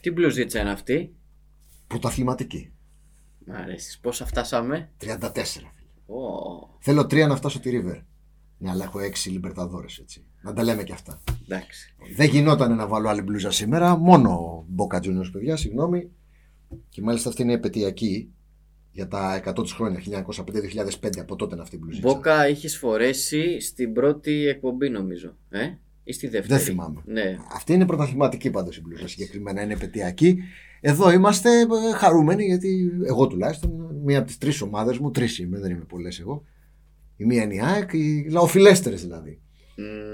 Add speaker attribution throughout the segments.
Speaker 1: Τι μπλουζίτσα είναι αυτή.
Speaker 2: Πρωταθληματική.
Speaker 1: Μ' αρέσεις. Πόσα φτάσαμε.
Speaker 2: 34.
Speaker 1: Ω,
Speaker 2: Θέλω τρία να φτάσω τη River. Ναι, αλλά έχω έξι Λιμπερταδόρες έτσι. Να τα λέμε και αυτά.
Speaker 1: εντάξει.
Speaker 2: Δεν γινόταν να βάλω άλλη μπλούζα σήμερα, μόνο Boca Juniors, παιδιά, συγγνώμη. Και μάλιστα αυτή είναι επαιτειακή για τα 100 της χρόνια, 1905-2005, από τότε είναι αυτή η μπλούζα.
Speaker 1: Μπόκα είχες φορέσει στην πρώτη εκπομπή, νομίζω. Ε? Ή στη δεύτερη.
Speaker 2: Δεν θυμάμαι.
Speaker 1: Ναι.
Speaker 2: Αυτή είναι πρωταθληματική πάντως η μπλούζα συγκεκριμένα, είναι επαιτειακή. Εδώ είμαστε ε, χαρούμενοι γιατί εγώ τουλάχιστον, μία από τις τρεις ομάδες μου, τρεις είμαι, δεν είμαι πολλές εγώ, η μία είναι η ΑΕΚ, οι λαοφιλέστερες δηλαδή.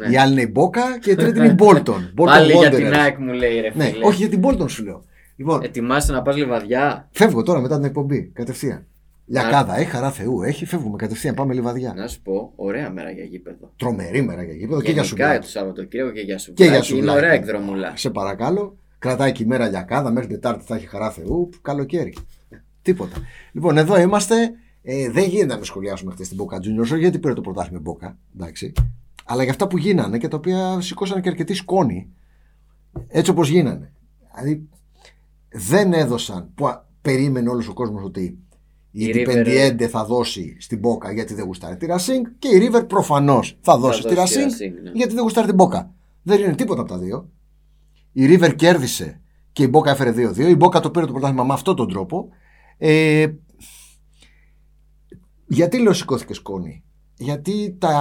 Speaker 1: ναι.
Speaker 2: Η άλλη είναι η Μπόκα και η τρίτη είναι η Μπόλτον.
Speaker 1: Πάλι για την ΑΕΚ μου λέει ρε
Speaker 2: Ναι,
Speaker 1: φίλε. Ε,
Speaker 2: όχι για την Μπόλτον σου λέω. Λοιπόν,
Speaker 1: Ετοιμάσαι να πας λιβαδιά.
Speaker 2: Φεύγω τώρα μετά την εκπομπή,
Speaker 1: Ε,
Speaker 2: κατευθείαν. Λιακάδα έχει, χαρά Θεού έχει, φεύγουμε κατευθείαν, πάμε λιβαδιά.
Speaker 1: Να σου πω, ωραία μέρα για γήπεδο.
Speaker 2: Τρομερή μέρα για γήπεδο και για σου.
Speaker 1: Ναι. Γενικά το Σαββατοκύριακο και για σου.
Speaker 2: Και για σου.
Speaker 1: Είναι ωραία εκδρομούλα.
Speaker 2: Σε παρακαλώ, κρατάει και η μέρα Λιακάδα, μέχρι Τετάρτη θα έχει χαρά Θεού, που καλοκαίρι. Τίποτα. Λοιπόν, εδώ είμαστε. Ε, δεν γίνεται να με σχολιάσουμε χθες την Boca Juniors, γιατί πήρε το πρωτάθλημα η Boca, εντάξει. Αλλά για αυτά που γίνανε και τα οποία σηκώσανε και αρκετή σκόνη, έτσι όπως γίνανε. Δηλαδή, δεν έδωσαν που α- περίμενε όλος ο κόσμος ότι η
Speaker 1: Η
Speaker 2: Independiente θα δώσει στην Boca γιατί δεν γουστάρει τη Racing και η River προφανώς θα δώσει στη
Speaker 1: δώσει
Speaker 2: Racing
Speaker 1: στη Racing, ναι.
Speaker 2: γιατί δεν γουστάρει την Boca. Δεν είναι τίποτα από τα δύο. Η River κέρδισε και η Boca έφερε 2-2. Η Boca το πήρε το πρωτάθλημα με αυτόν τον τρόπο. Ε, γιατί λέω σηκώθηκες σκόνη. Γιατί τα...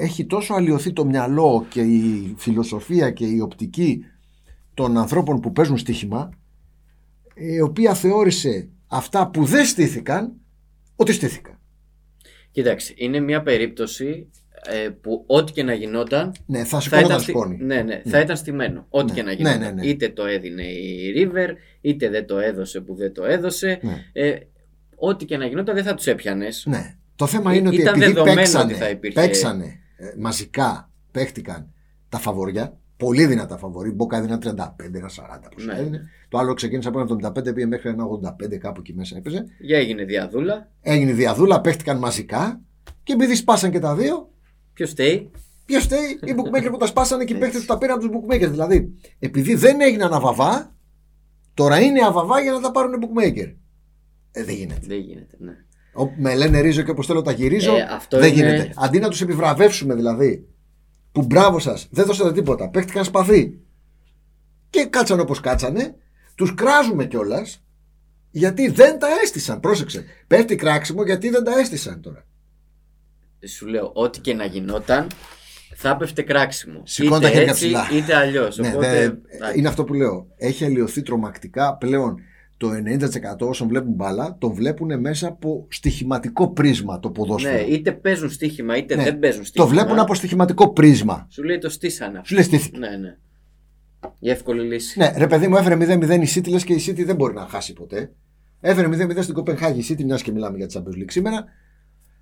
Speaker 2: έχει τόσο αλλοιωθεί το μυαλό και η φιλοσοφία και η οπτική των ανθρώπων που παίζουν στοίχημα ε, η οποία θεώρησε αυτά που δεν στήθηκαν ότι στήθηκαν.
Speaker 1: Κοίταξε, είναι μια περίπτωση ε, που ό,τι και να γινόταν
Speaker 2: Ναι, θα
Speaker 1: θα
Speaker 2: σηκώνονταν
Speaker 1: ήταν, στη...
Speaker 2: σκόνη.
Speaker 1: ναι, ναι, θα ήταν στημένο. Ό,τι
Speaker 2: Ναι.
Speaker 1: και να
Speaker 2: Ναι,
Speaker 1: γινόταν.
Speaker 2: ναι, ναι.
Speaker 1: Είτε το έδινε η River, είτε δεν το έδωσε που δεν το έδωσε.
Speaker 2: Ναι.
Speaker 1: Ε, ό,τι και να γινόταν δεν θα τους έπιανες.
Speaker 2: Ναι. Το θέμα
Speaker 1: Ή-
Speaker 2: είναι ότι
Speaker 1: Ε, ήταν
Speaker 2: επειδή
Speaker 1: δεδομένο
Speaker 2: παίξανε,
Speaker 1: ότι θα υπήρχε-
Speaker 2: παίξανε ε, μαζικά, παίχτηκαν τα φαβοριά, πολύ δυνατά φαβορή, Μπόκα έδινε ένα 35, ένα 40 πόσο
Speaker 1: Ναι.
Speaker 2: έδινε. Το άλλο ξεκίνησε από ένα 75, πήγε μέχρι ένα 85 κάπου εκεί μέσα έπαιζε.
Speaker 1: Για έγινε διαδούλα.
Speaker 2: Έγινε διαδούλα, παίχτηκαν μαζικά και επειδή σπάσαν και τα δύο,
Speaker 1: Ποιος φταίει.
Speaker 2: ποιος θέλει, οι bookmaker που τα σπάσανε και οι παίχτες που τα πήραν από τους bookmakers. Δηλαδή, επειδή δεν έγιναν αβαβά, τώρα είναι αβαβά για να τα πάρουν οι bookmaker. Ε, δεν γίνεται.
Speaker 1: Δεν γίνεται. Ναι.
Speaker 2: Όπου με λένε ρίζο και όπως θέλω τα γυρίζω.
Speaker 1: Ε, αυτό
Speaker 2: δεν
Speaker 1: είναι-
Speaker 2: γίνεται. Αντί να τους επιβραβεύσουμε δηλαδή, που μπράβο σας, δεν δώσατε τίποτα. Παίχτηκαν σπαθί. Και κάτσανε όπως κάτσανε. Τους κράζουμε κιόλας γιατί δεν τα αίσθησαν. Πρόσεξε. Πέφτει κράξιμο γιατί δεν τα αίσθησαν τώρα.
Speaker 1: Σου λέω, ό,τι και να γινόταν θα έπεφτε κράξιμο.
Speaker 2: Σηκώνω τα
Speaker 1: είτε
Speaker 2: χέρια
Speaker 1: έτσι,
Speaker 2: ψηλά.
Speaker 1: είτε αλλιώς.
Speaker 2: Ναι,
Speaker 1: Οπότε.
Speaker 2: δεν- είναι αυτό που λέω. Έχει αλλοιωθεί τρομακτικά πλέον. Το 90% όσων βλέπουν μπάλα τον βλέπουν μέσα από στοιχηματικό πρίσμα το ποδόσφαιρο.
Speaker 1: ναι, είτε παίζουν στοίχημα, είτε
Speaker 2: Ναι,
Speaker 1: δεν παίζουν
Speaker 2: Το
Speaker 1: στοίχημα.
Speaker 2: βλέπουν από στοιχηματικό πρίσμα.
Speaker 1: Σου λέει το στήσανα.
Speaker 2: Σου λε τι.
Speaker 1: Ναι, ναι. Η εύκολη λύση.
Speaker 2: Ναι, ρε παιδί μου, έφερε 0-0 η City, λες και η City δεν μπορεί να χάσει ποτέ. Έφερε 0-0 στην Κοπενχάγη η City, μιας και μιλάμε για τη Champions League σήμερα.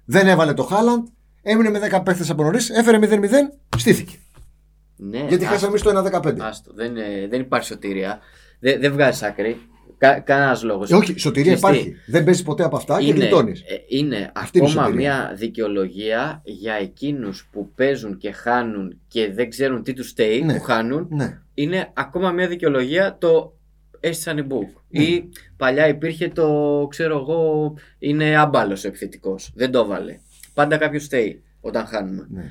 Speaker 2: Δεν έβαλε το Χάλαντ. Έμεινε με 10 παίχτες από νωρίς. Έφερε 0-0. Στήθηκε.
Speaker 1: Ναι,
Speaker 2: Γιατί
Speaker 1: άστο.
Speaker 2: χάσαμε εμείς το 1-15.
Speaker 1: Άστο, δεν, ε, δεν υπάρχει σωτηρία. Δεν, δεν βγάζει άκρη. Κα, Κανένας λόγος.
Speaker 2: Ε, Όχι, σωτηρία υπάρχει. Δεν παίζει ποτέ από αυτά και γλιτώνεις.
Speaker 1: ε, είναι
Speaker 2: Αυτή είναι η
Speaker 1: ακόμα
Speaker 2: σωτηρία.
Speaker 1: μια δικαιολογία για εκείνους που παίζουν και χάνουν και δεν ξέρουν τι τους στέει
Speaker 2: Ναι.
Speaker 1: που χάνουν.
Speaker 2: Ναι.
Speaker 1: Είναι ακόμα μια δικαιολογία το έστησαν οι book.
Speaker 2: Ναι.
Speaker 1: Ή παλιά υπήρχε το ξέρω εγώ είναι άμπαλος ο επιθετικός. Δεν το βάλε. Πάντα κάποιος στέει όταν χάνουμε.
Speaker 2: ναι.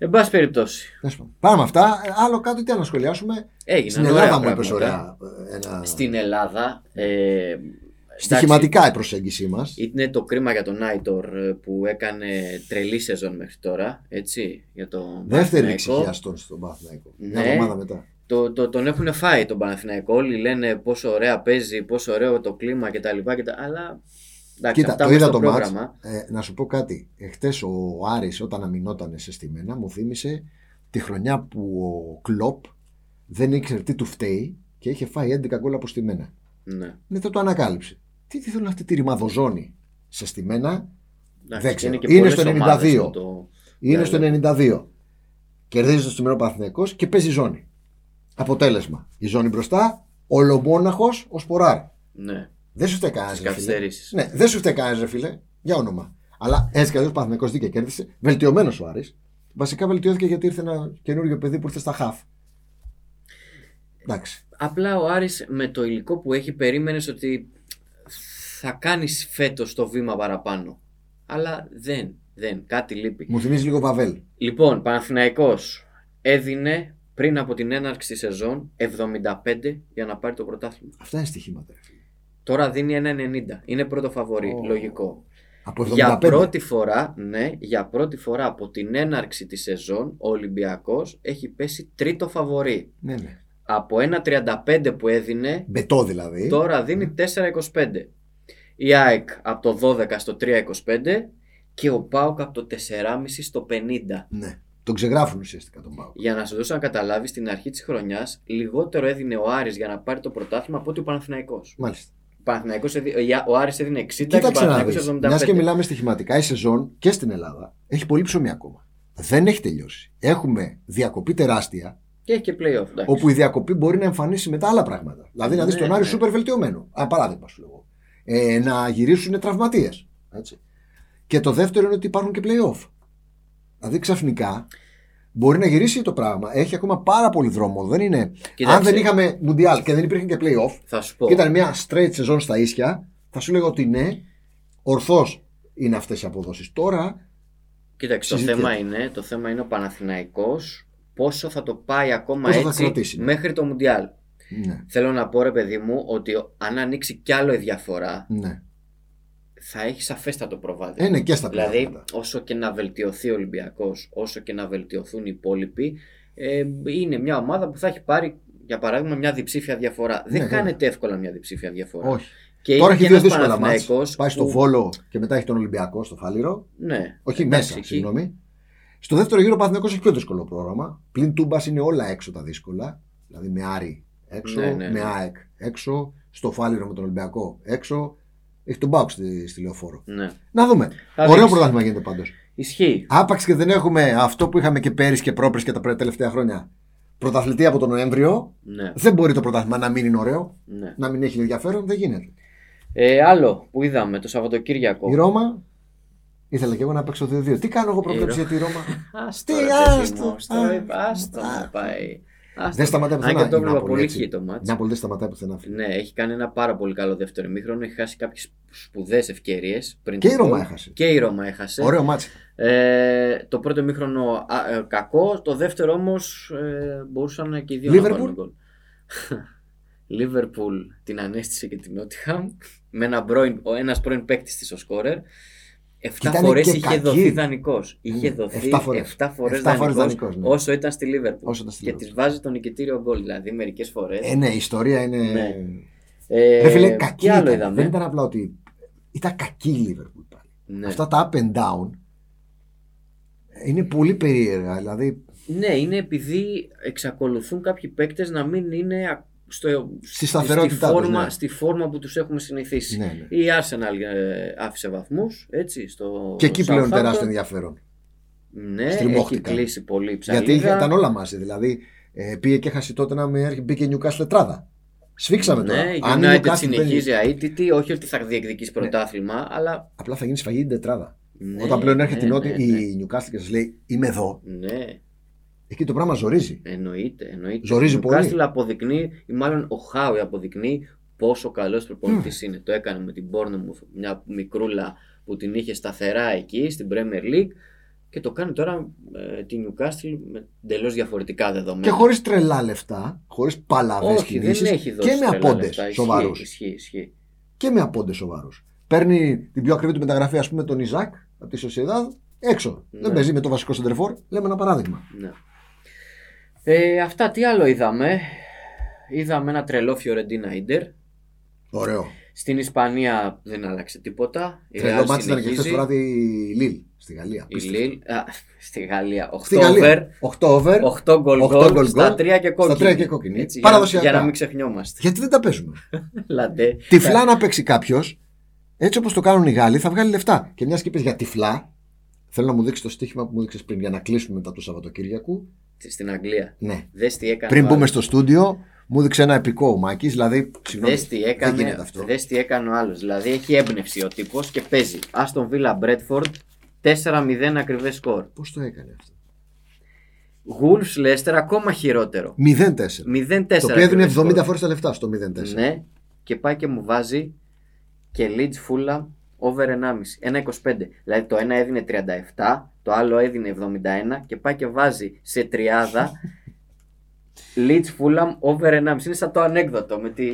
Speaker 1: Εν πάση περιπτώσει.
Speaker 2: Τέλος πάντων. Πάμε αυτά. Ε, Άλλο κάτι τι άλλο να σχολιάσουμε.
Speaker 1: Έγιναν
Speaker 2: Στην
Speaker 1: ωραία
Speaker 2: Ελλάδα μου
Speaker 1: πράγματα.
Speaker 2: είπε ωραία. ε, Ένα...
Speaker 1: Στην Ελλάδα ε,
Speaker 2: Στοιχηματικά η προσέγγιση μας.
Speaker 1: Είναι το κρίμα για τον Άιτορ ε, που έκανε τρελή σεζόν μέχρι τώρα. Έτσι, για τον
Speaker 2: Δεύτερη
Speaker 1: Παναθηναϊκό.
Speaker 2: εξηγία στον Παθηναϊκό. Μια
Speaker 1: Ναι.
Speaker 2: εβδομάδα μετά.
Speaker 1: Το, το, τον έχουν φάει τον Παναθηναϊκό. Όλοι λένε πόσο ωραία παίζει, πόσο ωραίο το κλίμα κτλ. κτλ. Αλλά εντάξει,
Speaker 2: Κοίτα,
Speaker 1: αυτά
Speaker 2: το
Speaker 1: μες
Speaker 2: είδα
Speaker 1: στο
Speaker 2: το μάτς.
Speaker 1: πρόγραμμα.
Speaker 2: Ε, να σου πω κάτι. Εχθές ο Άρης όταν αμυνόταν σε στημένα μου θύμισε τη χρονιά που ο Κλοπ δεν ήξερε τι του φταίει και είχε φάει 11 γκολ από στημένα.
Speaker 1: Ναι.
Speaker 2: Μετά το ανακάλυψε. Τι τι θέλουν αυτή τη ρημαδοζώνη σε στημένα,
Speaker 1: Εντάξει,
Speaker 2: Δεν ξέρω.
Speaker 1: Είναι, και
Speaker 2: Είναι
Speaker 1: πολλές
Speaker 2: στο
Speaker 1: ομάδες
Speaker 2: 92.
Speaker 1: με Το...
Speaker 2: είναι
Speaker 1: Ναι,
Speaker 2: στο 92. Κερδίζει το στημένο Παναθηναϊκός και παίζει ζώνη. Αποτέλεσμα. Η ζώνη μπροστά, ολομόναχος ο Σποράρ.
Speaker 1: Ναι.
Speaker 2: Δεν σου φταίει κανένας.
Speaker 1: Στις καθυστερήσεις.
Speaker 2: Ναι, δεν σου φταίει κανένας, ρε φίλε, για όνομα. Αλλά έτσι κι αλλιώς Παναθυνικό δίκαια κέρδισε. Βελτιωμένος ο Άρης. Βασικά βελτιώθηκε γιατί ήρθε ένα καινούριο παιδί που ήρθε στα χαφ. Εντάξει.
Speaker 1: Απλά ο Άρης με το υλικό που έχει περίμενες ότι θα κάνεις φέτος το βήμα παραπάνω. Αλλά δεν, δεν, κάτι λείπει.
Speaker 2: Μου θυμίζει λίγο Βαβέλ.
Speaker 1: Λοιπόν, Παναθηναϊκός έδινε πριν από την έναρξη της σεζόν 75 για να πάρει το πρωτάθλημα.
Speaker 2: Αυτά είναι στοιχήματα. ρε φίλε.
Speaker 1: Τώρα δίνει ένα 90. Είναι πρώτο φαβορή,
Speaker 2: Ω.
Speaker 1: λογικό.
Speaker 2: Από 75.
Speaker 1: Για πρώτη φορά, ναι, για πρώτη φορά από την έναρξη της σεζόν ο Ολυμπιακός έχει πέσει τρίτο φαβορή.
Speaker 2: Ναι, ναι.
Speaker 1: Από 1.35 που έδινε
Speaker 2: Μπετό δηλαδή.
Speaker 1: Τώρα δίνει 4,25. Η ΑΕΚ από το 12 στο 3,25 και ο ΠΑΟΚ από το 4,5 στο 50.
Speaker 2: Ναι. Τον ξεγράφουν ουσιαστικά τον Πάο.
Speaker 1: Για να σου δώσω να καταλάβεις, στην αρχή της χρονιάς λιγότερο έδινε ο Άρης για να πάρει το πρωτάθλημα από ότι ο Παναθηναϊκός.
Speaker 2: Μάλιστα.
Speaker 1: Ο, Παναθηναϊκός έδι- ε, ο Άρης έδινε 60 και ο
Speaker 2: Κοίταξε να
Speaker 1: Παναθηναϊκός
Speaker 2: δεις.
Speaker 1: 75.
Speaker 2: Μιας και μιλάμε στοιχηματικά, η σεζόν και στην Ελλάδα έχει πολύ ψωμί ακόμα. Δεν έχει τελειώσει. Έχουμε διακοπή τεράστια,
Speaker 1: Και έχει και playoff. εντάξει.
Speaker 2: όπου η διακοπή μπορεί να εμφανίσει μετά άλλα πράγματα. Δηλαδή να δεις
Speaker 1: Ναι,
Speaker 2: τον Άρη
Speaker 1: ναι.
Speaker 2: σούπερ βελτιωμένο. Α, παράδειγμα σου λέω. Ε, να γυρίσουν τραυματίες. Και το δεύτερο είναι ότι υπάρχουν και playoff. Δηλαδή ξαφνικά μπορεί να γυρίσει το πράγμα. Έχει ακόμα πάρα πολύ δρόμο. Δεν είναι...
Speaker 1: Κοίταξε,
Speaker 2: Αν δεν είχαμε Μουντιάλ και δεν υπήρχαν και playoff,
Speaker 1: Θα σου πω.
Speaker 2: και ήταν μια straight σεζόν στα ίσια, θα σου λέγω ότι ναι, ορθώς είναι αυτές οι αποδόσεις. Τώρα,
Speaker 1: Κοίταξε, το
Speaker 2: Συζητιέται.
Speaker 1: θέμα, είναι, το θέμα είναι ο Παναθηναϊκός πόσο θα το πάει ακόμα
Speaker 2: Πόσο θα
Speaker 1: έτσι
Speaker 2: κρατήσει.
Speaker 1: μέχρι το Μουντιάλ.
Speaker 2: ναι,
Speaker 1: Θέλω να πω ρε παιδί μου ότι ο- αν ανοίξει κι άλλο η διαφορά
Speaker 2: ναι.
Speaker 1: θα έχει σαφέστατο προβάδισμα.
Speaker 2: Ε, ναι, και στα πλάνα.
Speaker 1: δηλαδή, όσο και να βελτιωθεί ο Ολυμπιακός, όσο και να βελτιωθούν οι υπόλοιποι, ε, είναι μια ομάδα που θα έχει πάρει, για παράδειγμα, μια διψήφια διαφορά.
Speaker 2: Ναι,
Speaker 1: Δεν
Speaker 2: βέβαια.
Speaker 1: χάνεται εύκολα μια διψήφια διαφορά.
Speaker 2: Όχι.
Speaker 1: Και είναι
Speaker 2: Τώρα έχει
Speaker 1: και
Speaker 2: δύο
Speaker 1: ένας
Speaker 2: δύσκολα μάτς.
Speaker 1: Παναθηναϊκός
Speaker 2: Πάει στο
Speaker 1: που-
Speaker 2: Βόλο και μετά έχει τον Ολυμπιακό στο Φάληρο.
Speaker 1: Ναι,
Speaker 2: Όχι
Speaker 1: Εντάξει,
Speaker 2: μέσα,
Speaker 1: εκεί.
Speaker 2: συγγνώμη. Στο δεύτερο γύρο ο Παναθηναϊκός έχει πιο δύσκολο πρόγραμμα. Πλην Τούμπας είναι όλα έξω τα δύσκολα. Δηλαδή με Άρη έξω,
Speaker 1: Ναι, ναι,
Speaker 2: με
Speaker 1: ναι.
Speaker 2: ΑΕΚ έξω, στο Φάληρο με τον Ολυμπιακό έξω. Έχει τον Μπάουξ στη, στη λεωφόρο.
Speaker 1: Ναι.
Speaker 2: Να δούμε.
Speaker 1: Θα
Speaker 2: Ωραίο
Speaker 1: δεις.
Speaker 2: πρωτάθλημα γίνεται πάντως.
Speaker 1: Ισχύει.
Speaker 2: Άπαξ και δεν έχουμε αυτό που είχαμε και πέρυσι και πρόπερσι και τα πρω- τελευταία χρόνια. Πρωταθλητή από τον Νοέμβριο.
Speaker 1: Ναι,
Speaker 2: Δεν μπορεί το πρωτάθλημα να μην είναι ωραίο,
Speaker 1: ναι.
Speaker 2: να μην έχει ενδιαφέρον, δεν γίνεται.
Speaker 1: Ε, άλλο που είδαμε το Σαββατοκύριακο.
Speaker 2: Η Ρώμα. Ήθελα και εγώ να παίξω 2-2. Τι κάνω εγώ πρόκληση
Speaker 1: Ρώμα.
Speaker 2: για τη Ρώμα.
Speaker 1: Άστο,
Speaker 2: Τι,
Speaker 1: ρε
Speaker 2: άστο,
Speaker 1: παιδί μου, άστο, ρε,
Speaker 2: άστο,
Speaker 1: άστο να
Speaker 2: άστο.
Speaker 1: πάει. Άστο.
Speaker 2: δεν σταματάει
Speaker 1: Αν
Speaker 2: πουθενά.
Speaker 1: και το
Speaker 2: η
Speaker 1: έβλεπα
Speaker 2: Νάπολη,
Speaker 1: πολύ
Speaker 2: έτσι.
Speaker 1: χειτό
Speaker 2: Η
Speaker 1: μάτς.
Speaker 2: Νάπολη δεν σταματάει πουθενά.
Speaker 1: Ναι, έχει κάνει ένα πάρα πολύ καλό δεύτερο ημίχρονο. Έχει χάσει κάποιες σπουδαίες ευκαιρίες πριν.
Speaker 2: Και
Speaker 1: το
Speaker 2: η Ρώμα
Speaker 1: γκολ.
Speaker 2: έχασε.
Speaker 1: Και η Ρώμα έχασε.
Speaker 2: Ωραίο μάτσο.
Speaker 1: Ε, το πρώτο ημίχρονο α, ε, κακό. Το δεύτερο όμως ε, μπορούσαν και οι δύο
Speaker 2: Liverpool.
Speaker 1: να πάρουν γκολ. Λίβερπουλ την ανέστησε και την Νότιχαμ. Με ένα πρώην, ο ένας πρώην παίκτης της ο σκόρερ.
Speaker 2: Και
Speaker 1: Εφτά
Speaker 2: ήταν
Speaker 1: φορές
Speaker 2: και
Speaker 1: είχε
Speaker 2: κακή.
Speaker 1: δοθεί δανεικός. Είχε
Speaker 2: Ναι,
Speaker 1: δοθεί
Speaker 2: εφτά φορές.
Speaker 1: 7 φορές
Speaker 2: Εφτά φορές
Speaker 1: δανεικός
Speaker 2: δανεικός, ναι.
Speaker 1: όσο ήταν στη Λίβερπουλ.
Speaker 2: Όσο τα
Speaker 1: Και
Speaker 2: στείλω.
Speaker 1: της βάζει το νικητήριο γκολ. Δηλαδή μερικές φορές.
Speaker 2: Ε, ναι, η ιστορία είναι.
Speaker 1: Ναι.
Speaker 2: Ε, Ρε φίλε, κακή.
Speaker 1: τι άλλο
Speaker 2: ήταν.
Speaker 1: είδαμε.
Speaker 2: Δεν ήταν απλά ότι. Ήταν κακή η Λίβερπουλ πάλι.
Speaker 1: Ναι.
Speaker 2: Αυτά τα up and down είναι πολύ περίεργα. Δηλαδή
Speaker 1: ναι, είναι επειδή εξακολουθούν κάποιοι παίκτες να μην είναι α- στο,
Speaker 2: στη
Speaker 1: στη,
Speaker 2: σταθερότητά τους.
Speaker 1: φόρμα,
Speaker 2: Ναι.
Speaker 1: στη φόρμα που τους έχουμε συνηθίσει.
Speaker 2: Ναι, ναι.
Speaker 1: Η Arsenal ε, άφησε βαθμούς, έτσι, στο
Speaker 2: Και εκεί πλέον
Speaker 1: Southampton.
Speaker 2: τεράστιο ενδιαφέρον.
Speaker 1: Ναι, έχει
Speaker 2: Στριμώχτηκαν.
Speaker 1: κλείσει πολύ η
Speaker 2: Γιατί
Speaker 1: ψαλίδα.
Speaker 2: είχε- ήταν όλα μαζί. Δηλαδή ε, πήγε και χάσει τότε να με μπήκε η Newcastle τετράδα. Σφίξαμε τώρα.
Speaker 1: Ναι, η
Speaker 2: η
Speaker 1: United
Speaker 2: Newcastle
Speaker 1: συνεχίζει
Speaker 2: μπαίνει-
Speaker 1: αίτητη, όχι ότι θα διεκδικήσει πρωτάθλημα, αλλά...
Speaker 2: Απλά θα γίνει σφαγή την τετράδα.
Speaker 1: Ναι,
Speaker 2: Ναι. Όταν πλέον έρχεται
Speaker 1: ναι,
Speaker 2: η, Νότι,
Speaker 1: ναι, ναι.
Speaker 2: η Newcastle και σας λέει Είμαι εδώ,
Speaker 1: Ναι,
Speaker 2: εκεί το πράγμα ζορίζει.
Speaker 1: εννοείται, εννοείται.
Speaker 2: Ζορίζει
Speaker 1: Ο
Speaker 2: πολύ.
Speaker 1: Newcastle αποδεικνύει, ή μάλλον ο Χάουι αποδεικνύει πόσο καλός προπονητής είναι. Το έκανε με την Bournemouth, μια μικρούλα που την είχε σταθερά εκεί στην Premier League και το κάνει τώρα ε, την Newcastle με εντελώς διαφορετικά δεδομένα.
Speaker 2: Και χωρίς τρελά λεφτά, χωρίς παλαβές
Speaker 1: Όχι, δεν
Speaker 2: κινήσεις
Speaker 1: έχει δώσει
Speaker 2: και με
Speaker 1: τρελά
Speaker 2: απόντες
Speaker 1: λεφτά. Ισχύει,
Speaker 2: σοβαρούς.
Speaker 1: Ισχύει, ισχύει.
Speaker 2: και με απόντες σοβαρούς. Παίρνει την πιο ακριβή του μεταγραφή, ας πούμε, τον Ιζακ από τη Sociedad έξω.
Speaker 1: Ναι.
Speaker 2: Δεν παίζει με το βασικό σεντρεφόρ. Λέμε ένα παράδειγμα.
Speaker 1: Ναι. Ε, αυτά τι άλλο είδαμε. Είδαμε ένα τρελό Φιωρεντίνα Ιντερ.
Speaker 2: Ωραίο.
Speaker 1: Στην Ισπανία δεν άλλαξε τίποτα. Η
Speaker 2: Τρελό
Speaker 1: Real
Speaker 2: μάτι ήταν και
Speaker 1: Ε, συνεχίζει.
Speaker 2: χθε το βράδυ η Λίλ στη Γαλλία.
Speaker 1: Η Lille- α, στη Γαλλία. 8
Speaker 2: Στη Γαλλία. 8 over.
Speaker 1: 8 γκολ
Speaker 2: Οκτώ
Speaker 1: γκολ
Speaker 2: γκολ
Speaker 1: στα
Speaker 2: γκολ,
Speaker 1: 3 και κόκκινη.
Speaker 2: τρία και κόκκινη.
Speaker 1: Έτσι,
Speaker 2: Παραδοσιακά.
Speaker 1: Για, για να μην ξεχνιόμαστε.
Speaker 2: Γιατί δεν τα παίζουμε.
Speaker 1: Λαντέ.
Speaker 2: τυφλά να παίξει κάποιος, έτσι όπως το κάνουν οι Γάλλοι, θα βγάλει λεφτά. Και μιας και είπες για τυφλά, θέλω να μου δείξεις το στοίχημα που μου δείξε πριν για να κλείσουμε μετά του Σαββατοκύριακου.
Speaker 1: Στην Αγγλία.
Speaker 2: Ναι.
Speaker 1: Δες τι έκανε.
Speaker 2: Πριν
Speaker 1: ο άλλος.
Speaker 2: μπούμε στο στούντιο, μου έδειξε ένα επικό ο Μάκης, δηλαδή. συγγνώμη,
Speaker 1: Δες τι έκανε,
Speaker 2: Δεν γίνεται αυτό.
Speaker 1: δες τι έκανε ο άλλος. Δηλαδή έχει έμπνευση ο τύπος και παίζει. Άστον Βίλα Μπρέτφορντ 4-0 ακριβές σκορ.
Speaker 2: Πώς το έκανε αυτό.
Speaker 1: Γούλφ Λέστερ ακόμα χειρότερο.
Speaker 2: 0-4.
Speaker 1: 0-4.
Speaker 2: Το οποίο έδινε
Speaker 1: ακριβώς.
Speaker 2: 70 φορές τα λεφτά στο 0-4.
Speaker 1: Ναι, και πάει και μου βάζει και Leeds Fulham over 1,5. 1,25. Δηλαδή το ένα έδινε 37, το άλλο έδινε 71 και πάει και βάζει σε τριάδα Leeds Fulham over 1,5. Είναι σαν το ανέκδοτο με τη,